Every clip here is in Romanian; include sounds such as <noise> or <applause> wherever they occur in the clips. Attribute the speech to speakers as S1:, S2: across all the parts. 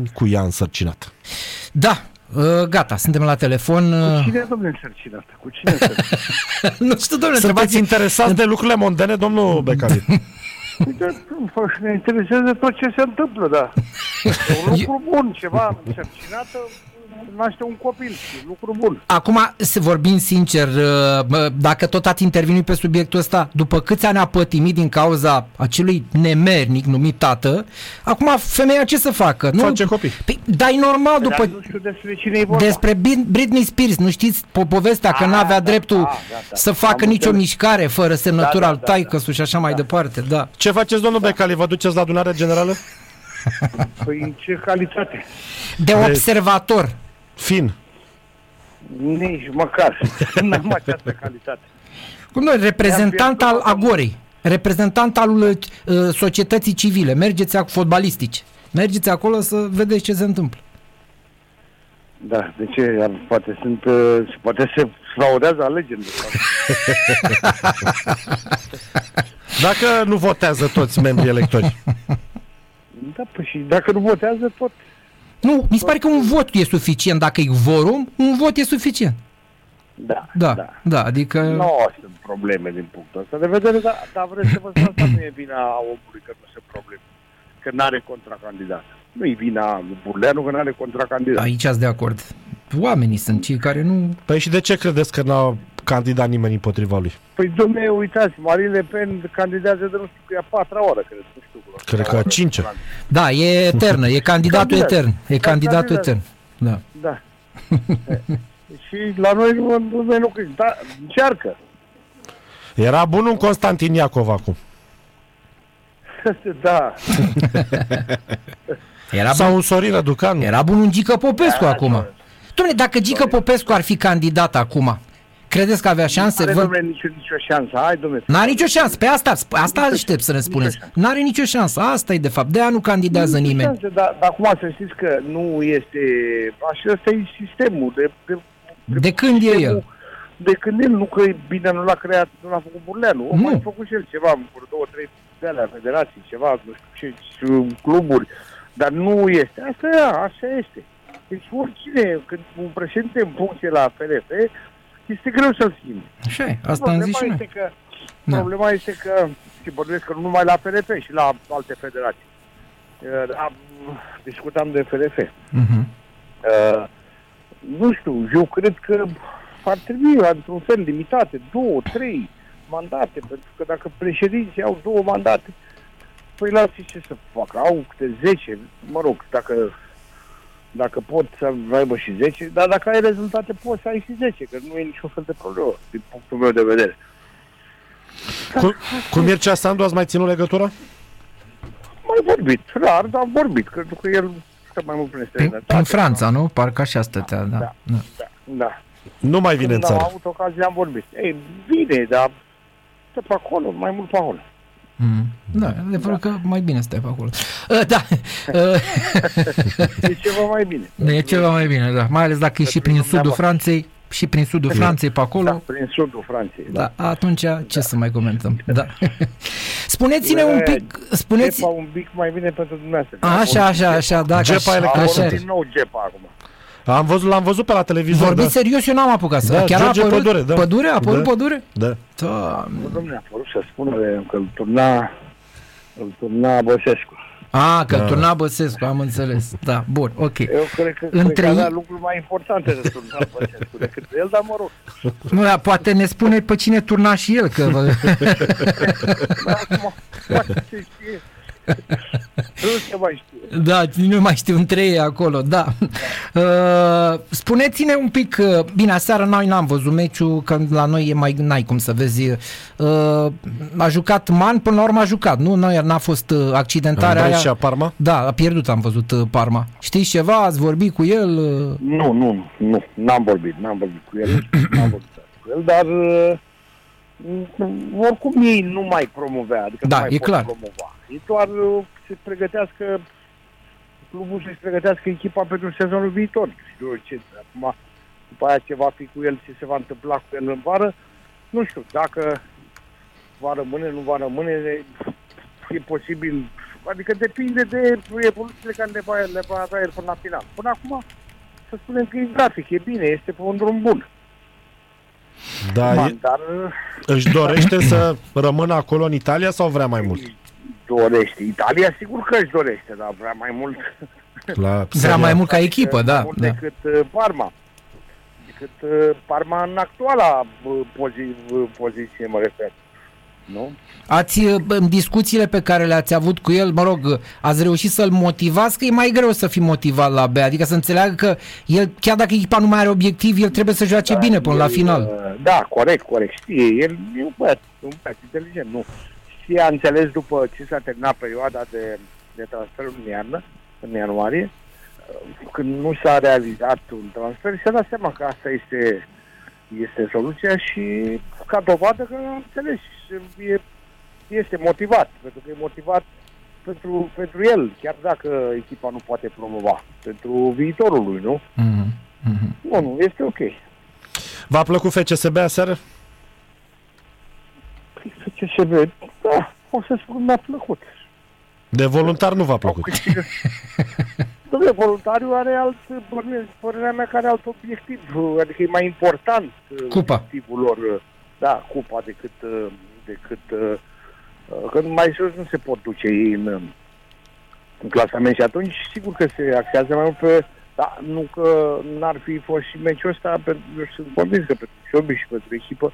S1: ani cu ea însărcinat.
S2: Da, gata, suntem la telefon. uh,
S3: Cu cine, domnule, însărcinat? Cu cine însărcinat?
S2: <laughs> nu știu, domnule,
S1: Sunteți interesați de lucrurile mondene, domnul Becali? <laughs>
S3: Uite, Ne interesează tot ce se întâmplă, da. E un lucru bun, ceva însărcinată naște un copil, e un lucru bun.
S2: Acum, să vorbim sincer, bă, dacă tot ați intervenit pe subiectul ăsta, după câți ani a pătimit din cauza acelui nemernic numit tată, acum femeia ce să facă? Nu?
S1: Face copii.
S2: Păi, dar e normal după...
S3: Dar nu știu despre cine e vorba.
S2: Despre Bin- Britney Spears, nu știți po- povestea că
S3: Ah,
S2: n-avea
S3: da,
S2: dreptul
S3: da, da, da.
S2: să facă
S3: Am
S2: nicio
S3: înțeles.
S2: mișcare fără semnătura
S3: Da, da,
S2: al
S3: da,
S2: taicăsu și așa mai departe, da.
S1: Ce faceți, domnul Becali? Vă duceți la adunarea generală?
S3: Păi în ce calitate?
S2: De observator.
S1: Fin.
S3: Nici
S2: <laughs>
S3: măcar. N-am această calitate.
S2: Cum noi, reprezentant
S3: I-am
S2: al
S3: pierdut,
S2: Agorei, reprezentant al uh, societății civile, mergeți acolo, fotbalistici, mergeți acolo să vedeți ce se întâmplă.
S3: Da, de ce? Ar- Poate sunt, uh, poate se fraudează
S2: <laughs>
S3: alegerile.
S1: Dacă nu votează toți membrii electori.
S3: Da, păi și dacă nu votează tot.
S2: Nu, mi se pare că un vot e suficient. Dacă e vorum, un vot e suficient.
S3: Da,
S2: Da, da,
S3: da.
S2: da adică...
S3: Nu sunt probleme din punctul ăsta de vedere, dar, dar vreți să vă spun asta nu e vina omului că nu sunt probleme. Că nu are contracandidat. Nu e vina lui Burleanu că nu are contracandidat.
S2: Aici sunt de acord. Oamenii sunt cei care nu...
S1: Păi și de ce credeți că n-a candidat nimeni împotriva lui?
S3: Păi, domne, uitați, Marine Le Pen candidează de nu știu, că e a patra oară, cred, nu știu. la
S1: Cred că a
S3: oară.
S1: cincea.
S2: Da, e eternă, e candidatul
S3: Candidat.
S2: etern. E candidatul etern.
S3: Candidat.
S2: Da.
S3: Da. <laughs> E. și la noi nu, nu, nu, nu da, încearcă. <laughs>
S1: Era bun un Constantin Iacov acum.
S3: da.
S2: Era,
S1: Sau un Sorin Răducanu.
S2: era bun un Gică Popescu acum. Dom'le, dacă Gică Popescu ar fi candidat acum, credeți că avea șanse?
S3: Are,
S2: Vă...
S3: domne, nicio, nicio șansă. Hai, domne.
S2: N-are nicio șansă, pe asta, asta aștept să ne spuneți.
S3: șansă.
S2: N-are nicio șansă, asta e de fapt, de aia nu candidează
S3: Nicio
S2: nimeni.
S3: șansă, Dar, dar acum să știți că nu este... Așa, ăsta e sistemul. De, de,
S2: De când e
S3: sistemul-
S2: el?
S3: De când el, nu că e bine, nu l-a creat, nu l-a făcut Burleanu.
S2: Nu.
S3: Nu. A făcut și el ceva, vreo două, trei de alea, federații, ceva, nu știu ce, ce, cluburi. Dar nu este. Asta e, așa este. Deci oricine, când un președinte în funcție la PRF, este greu să-l schimbi.
S2: Așa e, asta am zis și
S3: este
S2: noi.
S3: că,
S2: Da.
S3: Problema este că, și vorbesc că nu numai la PRF, și la alte federații. Uh, am, discutam de PRF.
S2: Mhm.
S3: Uh, nu știu, eu cred că ar trebui, într-un fel, limitate, două, trei mandate, pentru că dacă președinții au două mandate, păi lasă ce să facă, au câte 10, mă rog, dacă, dacă pot să aibă și 10, dar dacă ai rezultate poți să ai și 10, că nu e niciun fel de problemă, din punctul meu de vedere.
S1: Cu, cu Mircea Sandu ați mai ținut legătura?
S3: Mai vorbit, rar, dar am vorbit, cred că el stă mai mult prin
S2: Prin,
S3: străinătate.
S2: prin Franța, nu? Parcă așa stătea, da.
S3: Da.
S2: da.
S3: Da, da.
S1: Nu mai vine în
S3: Când am
S1: țară.
S3: avut ocazie am vorbit. Ei, bine, dar stă pe acolo, mai mult pe acolo.
S2: Mm. Da, adevărul că mai bine stai pe acolo. Uh, Da, uh,
S3: E ceva mai bine.
S2: e ceva mai bine, da. Mai ales dacă e și prin sudul Franței, și prin sudul Franței pe
S3: Da,
S2: acolo.
S3: prin sudul Franței.
S2: Da, atunci ce să mai comentăm? Da. <laughs> Spuneți-ne
S3: Da,
S2: un
S3: da,
S2: pic,
S3: Spuneți...
S2: spuneți...
S3: Gepa un pic mai bine pentru dumneavoastră.
S2: Așa, așa, așa, da.
S1: Gepa
S2: așa,
S1: electronică.
S2: așa.
S3: Așa. din nou gepa acum.
S1: Am văzut, l-am văzut pe la televizor.
S2: Vorbiți serios, eu n-am apucat să...
S1: Da,
S2: Chiar a
S1: George
S2: apărut
S1: Pădure, da.
S2: pădure? A apărut
S1: Da.
S2: pădure?
S1: Da. da.
S2: Da.
S3: Bă, Domnule, a părut să spună de- că îl turna, îl turna Băsescu.
S2: A, că da. turna Băsescu, am înțeles. Da, bun, ok.
S3: Eu cred că, Între... cred
S2: Între
S3: că avea
S2: ei-
S3: lucruri mai importante de turna Băsescu decât el, dar mă rog.
S2: Nu, dar poate ne spune pe cine turna și el, că
S1: <laughs>
S2: vă...
S3: Dar
S2: <laughs>
S3: acum, <laughs> poate se știe. Nu se mai știe.
S2: Da, nu mai știu, între ei acolo, da. Uh, spuneți-ne un pic, uh, bine, aseară noi n-am văzut meciul, că la noi e mai, n-ai cum să vezi. Uh, a jucat Man, până la urmă a jucat, nu? Noi n-a fost uh, accidentarea
S1: Andrei
S2: aia.
S1: și Parma?
S2: Da, a pierdut, am văzut uh, Parma. Știți ceva? Ați vorbit cu el? Uh,
S3: Nu, nu, nu, n-am vorbit, n-am vorbit cu el, n-am vorbit cu el, dar uh, oricum ei nu mai promovea, adică
S2: Da,
S3: nu mai
S2: e
S3: pot
S2: clar.
S3: promova. Ei doar uh, se pregătească clubul să-și pregătească echipa pentru sezonul viitor. Nu știu ce, acum, după aia ce va fi cu el, ce se va întâmpla cu el în vară, nu știu, dacă va rămâne, nu va rămâne, e posibil Adică depinde de evoluțiile care le va, le va avea el până la final. Până acum, să spunem că e grafic, e bine, este pe un drum bun.
S1: Da, e,
S3: Man, dar
S1: își dorește să rămână acolo în Italia sau vrea mai mult?
S3: dorește. Italia sigur că își dorește, dar vrea mai mult,
S1: La
S2: Vrea
S1: Serie
S2: mai
S1: A.
S2: mult ca echipă,
S3: mai
S2: da.
S3: mult
S2: da.
S3: decât uh, Parma. Decât uh, Parma în actuala uh, pozi- uh, poziție, mă refer. Nu?
S2: Ați, uh, în discuțiile pe care le-ați avut cu el, mă rog, uh, ați reușit să-l motivați, că e mai greu să fii motivat la B, adică să înțeleagă că el, chiar dacă echipa nu mai are obiectiv, el trebuie să joace
S3: Dar
S2: bine până
S3: el,
S2: la final.
S3: uh, Da, corect, corect. Știe, el e un băiat, un băiat inteligent, nu. Și a înțeles după ce s-a terminat perioada de, de transfer în iarnă, în ianuarie, uh, când nu s-a realizat un transfer, și-a dat seama că asta este, este soluția și ca dovadă că a înțeles, și e, este motivat, pentru că e motivat pentru, pentru el, chiar dacă echipa nu poate promova, pentru viitorul lui, nu?
S2: Mhm, mhm.
S3: Nu, nu, este ok.
S1: V-a plăcut FCSB aseară?
S3: ce se vede, da, o să spun mi-a plăcut.
S1: De voluntar nu v-a plăcut.
S3: Dom'le, voluntariul are alt, bănuiesc, părerea mea, care are alt obiectiv, adică e mai important uh,
S2: Cupa.
S3: obiectivul lor, uh, da, cupa, decât, uh, decât uh, uh, că mai sus nu se pot duce ei în, uh, în clasament și atunci sigur că se axează mai mult pe, da, nu că n-ar fi fost și meciul ăsta, pentru, eu sunt convins că pentru Șobi și pentru echipă,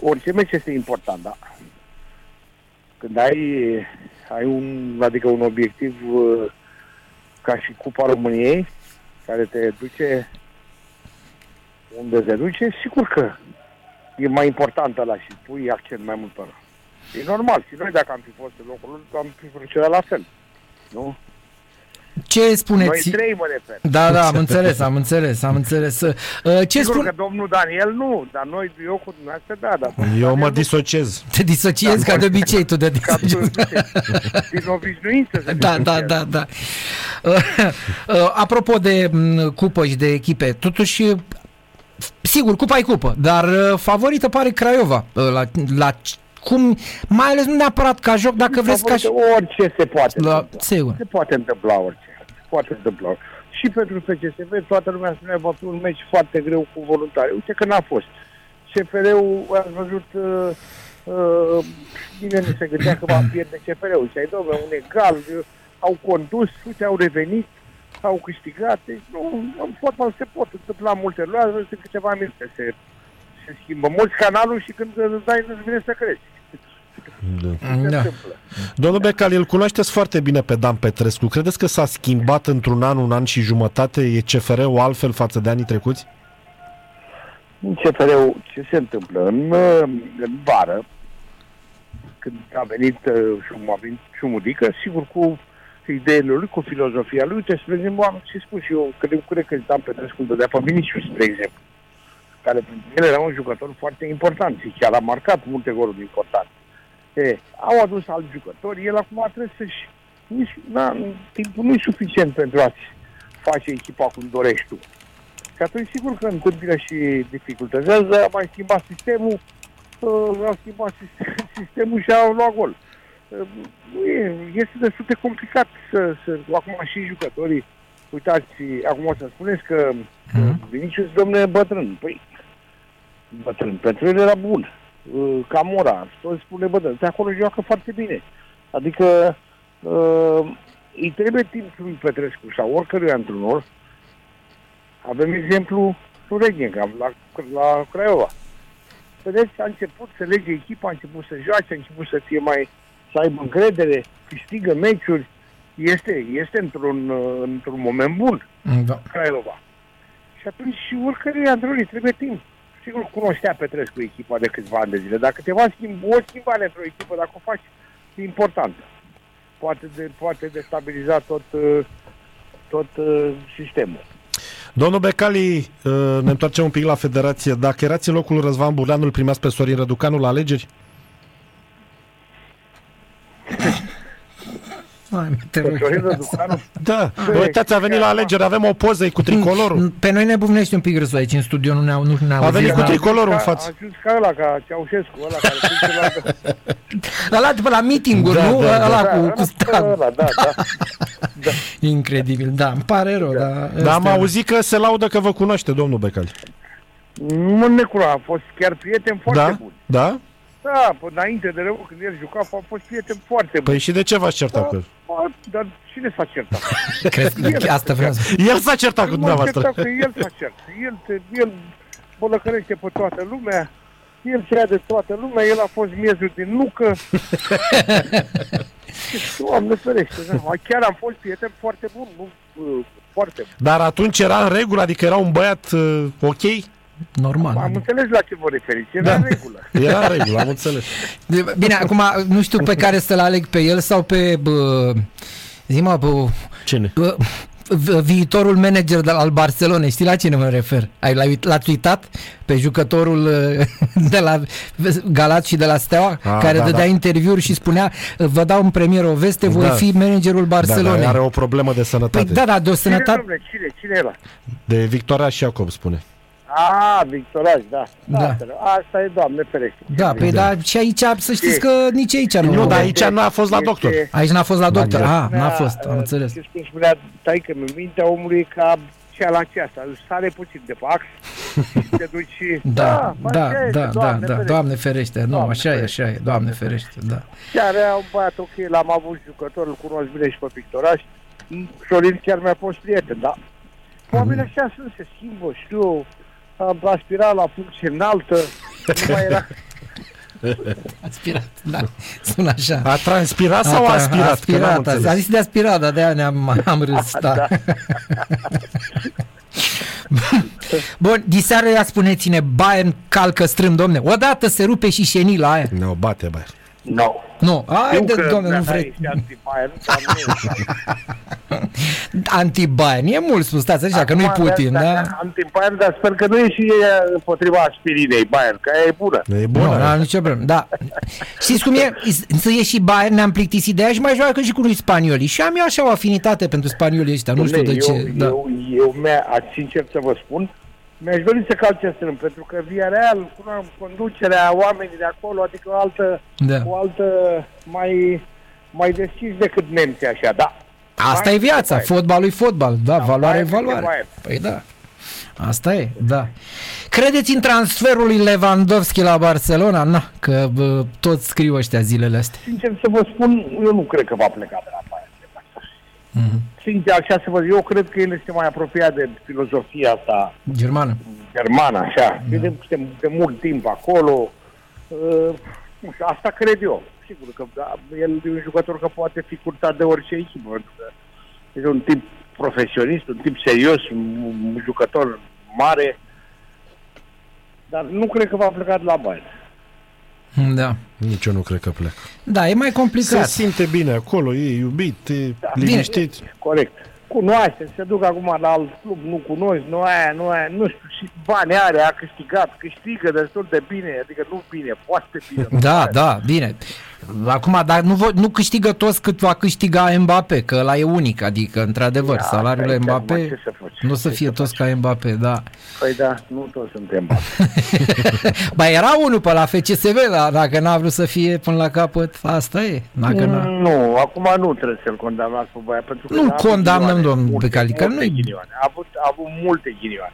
S3: orice meci este important, da. Când ai, ai un, adică un obiectiv uh, ca și Cupa României, care te duce unde te duce, sigur că e mai important ăla și pui accent mai mult pe ăla. E normal, și noi dacă am fi fost în locul lor, am fi procedat la fel. Nu?
S2: Ce
S3: Noi
S2: spuneți?
S3: trei, mă refer.
S2: Da, da, am înțeles, am înțeles, am înțeles. Uh, Ce
S3: Sigur că
S2: spun?
S3: domnul Daniel nu, dar noi, eu cu dumneavoastră, da, dar... domnul
S1: Eu
S3: Daniel
S1: mă
S3: nu.
S1: disociez.
S2: <laughs> Te disociezi ca de obicei tu de
S3: Da, Ca tu,
S2: disociezi.
S3: din obișnuință. să
S1: <laughs>
S2: Da,
S3: fim
S2: da,
S3: sinceri.
S2: da, da. <laughs> Uh, uh, Apropo de m, cupă și de echipe, totuși uh, sigur, cupa e cupă, dar uh, favorită pare Craiova uh, la, la c- cum, mai ales nu neapărat ca joc, dacă vreți ca și...
S3: Orice se poate.
S2: La,
S3: întâmpla.
S2: sigur.
S3: Se poate întâmpla orice. Se poate întâmpla. Și pentru FCSB, toată lumea spunea va fi un meci foarte greu cu voluntari. Uite că n-a fost. CFR-ul, ați văzut, uh, uh, nimeni nu se gândea că va pierde CFR-ul. Și ai domnule, un egal, uh, au condus, uite, au revenit, au câștigat. Deci, nu, în fotbal se pot întâmpla multe lucruri, sunt câteva minute se, se schimbă. Mulți canalul și când îți dai, nu-ți vine să crezi. Se
S2: Da.
S3: întâmplă.
S1: Domnul Becali, îl cunoașteți foarte bine pe Dan Petrescu. Credeți că s-a schimbat într-un an, un an și jumătate? E CFR-ul altfel față de anii trecuți?
S3: În CFR-ul, ce se întâmplă? În, uh, în vară, când a venit uh, Șum- a venit Șumudică, sigur cu ideile lui, cu filozofia lui, uite, spre exemplu, am și spus și eu, cred, cred că Dan Petrescu îl dădea pe Vinicius, spre exemplu, care pentru el era un jucător foarte important și chiar a marcat multe goluri importante. E, au adus alți jucători, el acum trebuie să-și... Nici, na, timpul nu e suficient pentru a-ți face echipa cum dorești tu. Și atunci, sigur că întâmpină și dificultățează, a mai schimbat sistemul, uh, au schimbat sis- <laughs> sistemul și au luat gol. Uh, nu e- Este destul de complicat să, să acum și jucătorii, uitați, acum o să spuneți că
S2: Mhm.
S3: Vinicius, domnule, e bătrân. Păi, bătrân. Pentru el era bun. Uh, Camora, tot spune bătrân. De acolo joacă foarte bine. Adică uh, îi trebuie timp lui Petrescu sau oricărui antrenor. Avem exemplu lui Regnegam la, la Craiova. Vedeți, a început să lege echipa, a început să joace, a început să fie mai să aibă încredere, câștigă meciuri. Este, este într-un, uh, într-un moment bun.
S2: Da.
S3: Craiova. Și atunci și oricărui antrenor îi trebuie timp. Sigur, cunoștea Petrescu echipa de câțiva ani de zile, dar câteva schimb, o schimbare într-o echipă, dacă o faci, e importantă. Poate, de, poate destabiliza tot, uh, tot uh, sistemul.
S1: Domnul Becali, uh, ne întoarcem un pic la federație. Dacă erați în locul lui Răzvan Burleanu, îl primeați pe Sorin Răducanu la alegeri?
S2: Hai, te rog.
S3: Căciorina Ducanu,
S1: Da,
S3: Da.
S1: uitați, a venit la alegeri, avem o poză cu
S3: Mm,
S1: tricolorul.
S2: Pe noi ne bufnești un pic râsul aici în studio, nu ne-au nu ne-au
S1: A venit
S2: auzit,
S1: cu
S2: dar-
S1: tricolorul în
S3: Exact. ca- A
S1: față.
S3: ajuns ca ăla, ca Ceaușescu, ăla care zice la...
S2: Da, Ăla de pe la meeting-uri,
S1: Da,
S2: nu?
S1: da,
S2: <laughs> ăla cu,
S3: ăla,
S2: cu stag.
S3: ăla, da, da.
S2: Incredibil, da, îmi pare rău, da.
S1: Dar am auzit că se laudă că vă cunoaște, domnul Becali.
S3: Nu ne cunoa, a fost chiar prieten foarte
S1: Da?
S3: bun.
S1: Da?
S3: Da, până înainte de rău, când el juca, a fost prieten foarte bun.
S1: Păi și de ce v-ați
S3: Da.
S1: certat cu el?
S3: Bă, Dar cine s-a
S1: <laughs>
S3: certat?
S2: Cred că asta vreau să
S1: El s-a certat cu
S3: M-a certat
S1: dumneavoastră.
S3: că el s-a certat. El, te- el bolăcărește pe toată lumea, el se ia de toată lumea, el a fost miezul din
S1: <laughs>
S3: nucă. Deci, Doamne ferește, da. Chiar am fost prieten foarte bun, nu, uh, foarte bun.
S1: Dar atunci era în regulă, adică era un băiat uh, ok?
S2: Normal. adică
S3: Am înțeles la ce vă referiți, era
S1: Da.
S3: da. în regulă.
S1: Era în regulă, am înțeles.
S2: De- Bine, acum nu știu pe care să-l aleg pe el sau pe... Bă, zi mă, bă,
S1: Cine?
S2: bă, v- viitorul manager de- al Barcelonei, știi la cine mă refer? Ai, l-ai uit- l-ați uitat pe jucătorul uh, de la Galați și de la Steaua,
S1: Ah,
S2: A,
S1: da,
S2: care da, dădea
S1: da.
S2: da. interviuri și spunea vă dau în premieră o veste, voi
S1: Da.
S2: da. fi managerul
S1: Da, da,
S2: Barcelonei.
S1: are o problemă de
S2: Păi
S1: sănătate.
S2: da, da, de o
S3: Cine,
S2: sănătate...
S3: domnule, cine, cine era?
S1: De Victoria și Iacob spune.
S3: A, Victoraj, da.
S2: Da.
S3: Asta, asta e, doamne ferește.
S2: Da, păi da. da, și aici să știți că nici aici nu...
S1: Nu, dar
S3: da.
S1: aici n-a fost la doctor.
S3: Este-
S2: Aici n-a fost la doctor.
S1: Da.
S2: Ah, n-a fost, am înțeles.
S3: Știți cum spunea taică mi mintea omului e ca cea la aceasta, îl sare puțin de pax și te duci și...
S2: Da,
S3: faci
S2: da,
S3: aia,
S2: da, da, da,
S3: Doamne ferește.
S2: doamne ferește, nu,
S3: Doamne
S2: așa e,
S3: ferește,
S2: așa e, doamne ferește, da.
S3: Chiar era un băiat ok, l-am avut jucător, îl cunosc bine și pe Pictoraș. Sorin chiar mi-a fost prieten, da. Oamenii așa sunt, se schimbă, știu, am aspirat la funcție înaltă, nu mai era
S2: Aspirat, da, <laughs> sună așa.
S1: A transpirat sau a
S2: Atra-
S1: aspirat? Că n-am
S2: aspirat, a
S1: înțeles.
S2: zis de aspirat, dar de-aia ne-am am
S3: <laughs>
S2: râs, da.
S3: Da.
S2: <laughs> Bun, diseară ea spuneți-ne, Bayern calcă strâm, domne, odată se rupe și șenila aia.
S1: Ne-o bate, băi.
S3: No.
S2: Nu, haide,
S3: da,
S2: domne, nu vrei. <laughs> Anti-Bayern, e mult spus, stați așa, că nu-i Putin, da?
S3: Anti-Bayern, dar sper că nu e și e împotriva aspirinei Bayern, că aia e bună.
S1: E
S2: Bună. Nu,
S1: bună.
S2: n-am nicio problemă, da. Știți cum e? Să ieși și Bayern, ne-am plictisit de aia și mai joacă și cu unii spanioli. Și am eu așa o afinitate pentru spaniolii ăștia, nu știu de
S3: Dom'le,
S2: ce.
S3: eu,
S2: da.
S3: Eu, eu mi-a, a- sincer să vă spun, mi-aș dori să calce strâmb, pentru că via real, cunoam conducerea oamenii de acolo, adică o altă,
S2: Da.
S3: o altă mai, mai deschis decât nemții așa, da.
S2: Asta e
S3: Bayern
S2: viața,
S3: e Bayern.
S2: fotbalul e fotbal, da, valoare e
S3: Bayern e
S2: valoare.
S3: Bayern.
S2: Păi da, asta e, da. Credeți în transferul lui Lewandowski la Barcelona? Na, că bă, tot scriu ăștia zilele astea.
S3: Sincer să vă spun, eu nu cred că va pleca de la Bayern.
S2: Mhm.
S3: Mm-hmm. Sincer, așa să vă zic, eu cred că el este mai apropiat de filozofia asta
S2: Germană.
S3: germană, așa. Vedem că suntem de mult timp acolo. Uh, nu știu, asta cred eu. Sigur că da, el e un jucător că poate fi curtat de orice echipă. pentru că Este un tip profesionist, un tip serios, un un jucător mare. Dar nu cred că va pleca de la bani.
S2: Da.
S1: Nici eu nu cred că pleacă.
S2: Da, e mai
S1: Se
S2: complicat.
S1: simte bine acolo, e iubit, e
S3: Da.
S1: liniștit.
S3: Corect. Cunoaște, se duc acum la alt club, nu cunosc, nu aia, nu aia, nu știu, și bani are, a câștigat, câștigă destul de bine, adică nu bine, foarte bine.
S2: Da, da, bine. Acum, dar nu, vo- nu câștigă toți cât va câștiga Mbappé, că ăla e unic, adică, într-adevăr, da, salariul lui
S3: aici,
S2: Mbappé
S3: mă, ce să faci?
S2: nu o să
S3: Ce
S2: fie
S3: să
S2: toți ca Mbappé, da.
S3: Păi da, nu toți suntem.
S2: ba era unul pe la FCSB, la, dacă n-a vrut să fie până la capăt, asta e, dacă
S3: Mm.
S2: n-a.
S3: nu, acum nu trebuie să-l condamnați pe băiat. Pentru că
S2: Nu
S3: a avut
S2: condamnăm,
S3: ghinioane,
S2: domnul
S3: multe,
S2: Becali, că
S3: multe
S2: nu-i-
S3: ghinioane. A avut, a avut multe ghinioane.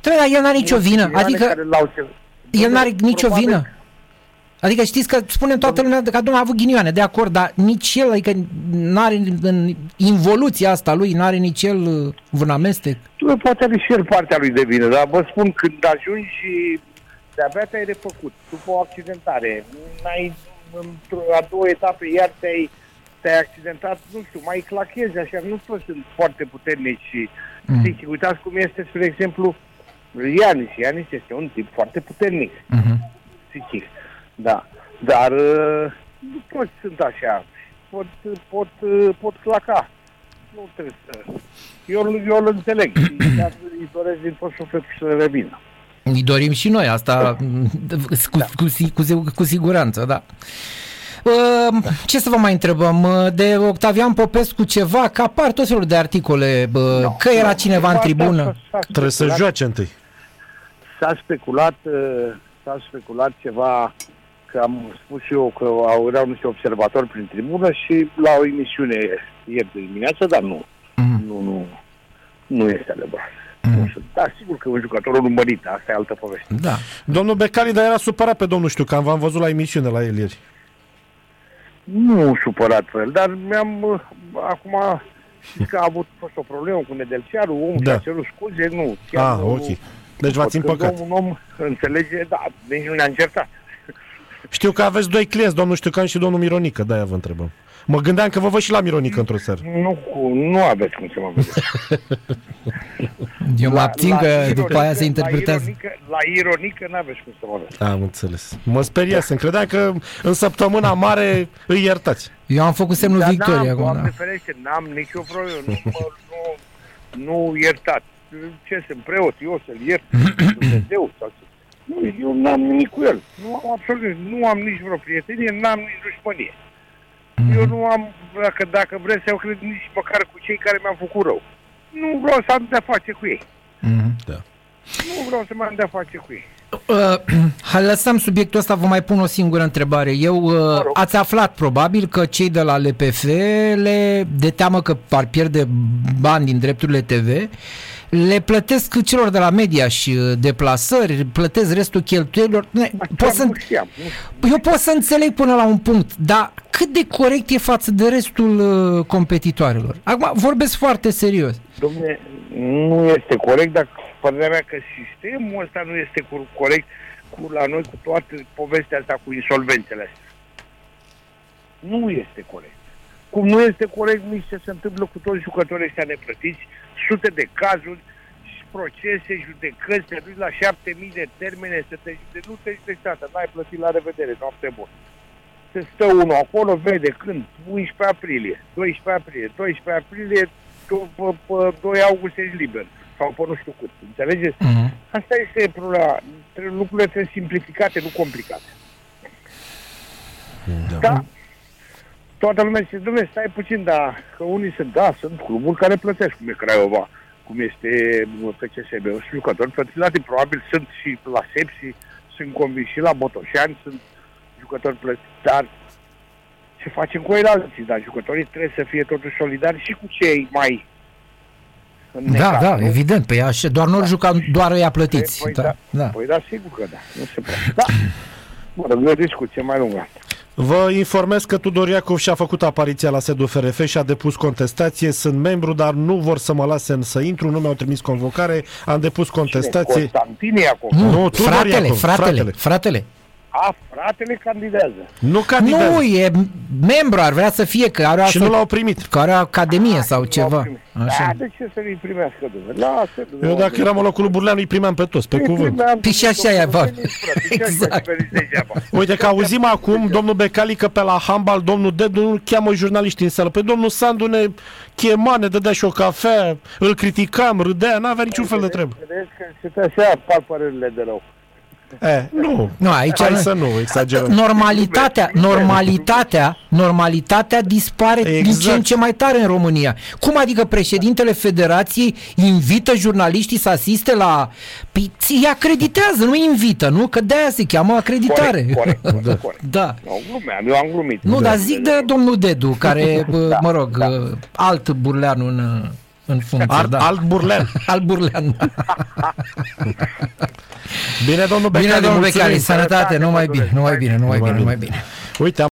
S2: Trebuie, dar el n-are nicio
S3: Multe
S2: vină,
S3: ghinioane
S2: adică
S3: care l-au cer-
S2: el n-are
S3: Domnule,
S2: nicio
S3: probabil-
S2: vină. Adică știți că spune toată lumea că domnul a avut ghinioane, de acord, dar nici el, adică n-are în involuția asta lui, n-are nici el uh, un amestec.
S3: Tu poate are și el partea lui de vină, dar vă spun, când ajungi și de-abia te-ai refăcut, după o accidentare, n-ai, într-o, a două etape iar te-ai, te-ai accidentat, nu știu, mai clachezi așa, nu toți sunt foarte puternici și mm. știi, uitați cum este, spre exemplu, Ianis. Ianis este un tip foarte puternic,
S2: Mhm.
S3: psihic, da, dar uh, nu toți sunt așa, pot, pot, uh, pot claca nu trebuie să... Eu, eu îl
S2: <clears throat>
S3: înțeleg și chiar îi doresc din tot sufletul să revină.
S2: Îi dorim și noi asta mm, cu, da. cu, si- cu, si- cu siguranță, da. Uh, ce să vă mai întrebăm? Uh, De Octavian Popescu ceva, că apar tot felul de articole, bă,
S3: Nu,
S2: că era
S3: nu,
S2: cineva în
S3: s-a-
S2: tribună.
S3: s-a
S1: Trebuie să
S3: speculat-
S1: joace întâi.
S3: S-a speculat, uh, s-a speculat ceva că am spus eu că au, erau niște observatori prin tribună și la o emisiune ieri de dimineață, dar nu.
S2: Mhm.
S3: Nu, nu, nu este adevărat. Nu știu. Da, sigur că e un jucător urmărit, asta e altă poveste.
S2: Da.
S1: Domnul Becali, dar era supărat pe domnul Știu, că am- v-am văzut la emisiune la el ieri.
S3: Nu supărat pe el, dar mi-am... uh, Acum știți că a avut fost o problemă cu Nedelcearu, omul
S1: Da.
S3: da. și-a cerut scuze, nu. chiar
S1: Ah,
S3: nu-
S1: ok. Deci v-ați
S3: Când
S1: împăcat.
S3: Un om înțelege, da, nici nu ne-am certat.
S1: Știu că aveți doi clienți, domnul Știucan și domnul Mironică, de-aia vă întrebăm. Mă gândeam că vă văd și la Mironică într-o seară.
S3: Nu, cu, nu aveți cum să mă vedeți.
S2: Eu mă
S3: La-
S2: abțin
S3: la
S2: că
S3: ironică-
S2: după aia se
S3: la
S2: interpretează.
S3: ironică- La ironică n-aveți cum să mă vedeți.
S1: Da, Am înțeles. Mă speria să credeam că în săptămâna mare îi iertați.
S2: Eu am făcut semnul
S3: Dar
S2: victorie
S3: n-am,
S2: acum.
S3: Doamne
S2: Da.
S3: ferește, n-am nicio problemă. Nu, mă, nu, nu iertat. Ce sunt preot? Eu să-l iert
S2: <clears throat>
S3: Dumnezeu sau ce? Nu, eu n-am nimic cu el. Nu am absolut, nu am nici vreo prietenie, n-am nici dușmănie.
S2: Mhm.
S3: Eu nu am, dacă, dacă vreți, eu cred nici măcar cu cei care mi-au făcut rău. Nu vreau să am de-a face cu ei.
S2: Mhm.
S3: Nu vreau să mai am de-a face cu ei.
S2: Uh, <clears throat> hai lăsăm subiectul ăsta, vă mai pun o singură întrebare. Eu uh,
S3: rog.
S2: ați aflat probabil că cei de la LPF le de teamă că ar pierde bani din drepturile TV, le plătesc celor de la media și uh, deplasări, plătesc restul cheltuielilor. Ne, pot să,
S3: nu știam, nu știam.
S2: eu pot să înțeleg până la un punct, dar cât de corect e față de restul uh, competitoarelor? Acum vorbesc foarte serios.
S3: Domne, nu este corect, dar părerea mea că sistemul ăsta nu este cu- corect cu la noi cu toată povestea asta cu insolvențele astea. Nu este corect. Cum nu este corect nici ce se întâmplă cu toți jucătorii ăștia neplătiți, sute de cazuri, și procese, judecăți, te duci la șapte mii de termene să te jude, nu te judecă, n-ai plătit la revedere, noapte bună. Se stă unul acolo, vede când, 11 aprilie, 12 aprilie, 12 aprilie, tu- pe, pe 2 august ești liber sau pe nu știu cât, înțelegeți?
S2: Mhm.
S3: Asta este problema. Tre- Lucrurile trebuie simplificate, nu complicate. Da. Toată lumea zice, domnule, stai puțin, dar că unii sunt, da, sunt cluburi care plătesc, cum e Craiova, cum este bă, FCSB, sunt jucători plătiți, probabil sunt și la Sepsi, sunt convins și la Botoșani, sunt jucători plătiți, dar ce facem cu ei la alții, dar jucătorii trebuie să fie totuși solidari și cu cei mai în
S2: Da,
S3: necaz,
S2: da,
S3: nu?
S2: evident, pe așa, doar nu juca, doar îi plătiți.
S3: Da. Păi
S2: da, da.
S3: Păi da, sigur că da. Nu se poate. Da. Mă rog, e o discuție mai lungă asta.
S1: Vă informez că Tudor Iacov și-a făcut apariția la sediul FRF și a depus contestație. Sunt membru, dar nu vor să mă lase să intru. Nu mi-au trimis convocare. Am depus contestație.
S3: Constantin e acolo.
S2: Nu,
S1: Nu, Tudor
S2: Mm. fratele,
S1: Iacov,
S2: fratele,
S1: fratele.
S2: fratele.
S3: A, fratele candidează.
S1: Nu candidează.
S2: Nu, e membru, ar vrea să fie, că are,
S1: și
S2: o,
S1: nu l-au primit.
S2: că are o academie sau
S3: Nu au
S2: ceva.
S3: primit.
S2: Așa.
S3: Da, de ce să nu-i primească, domnule? Lasă, domnule.
S1: Eu dacă eram în locul lui Burleanu îi primeam pe toți, pe
S3: Îi
S1: cuvânt.
S3: primeam,
S2: Păi și așa e,
S3: domnule,
S2: bă.
S3: nu veniți, frate, și așa
S2: Exact.
S3: veniți degeaba.
S1: Uite că auzim acum domnul Becali că pe la Hambal domnul Dedu nu cheamă jurnaliștii în sală. Pe domnul Sandu ne chema, ne dădea și o cafea, îl criticam, râdea, n-avea niciun fel de treabă.
S3: Vedeți că sunt așa, apar părerile de rău.
S1: E, nu,
S2: Nu, aici
S1: Eh, hai
S2: nu-
S1: să nu exagerăm.
S2: Normalitatea, normalitatea, normalitatea dispare din ce
S1: Exact.
S2: în ce mai tare în România. Cum adică președintele Federației invită jurnaliștii să asiste la... Păi, ți- îi acreditează, nu invită, nu? Că de-aia se cheamă acreditare.
S3: Corect, corect, corect, corect.
S2: <laughs> Da.
S3: Nu, glumeam, eu am glumit.
S2: Nu, dar zic de domnul Dedu, care, bă, mă rog, bă, alt burlean în, ă, în funcție.
S1: Ar,
S2: da.
S1: Alt burlen.
S2: alt burlean.
S1: Bine, domnul Becali,
S2: Bine, domnul
S1: da, mulțumim.
S2: Becali, sănătate, numai bine, numai bine, numai bine, numai bine.
S1: Uite,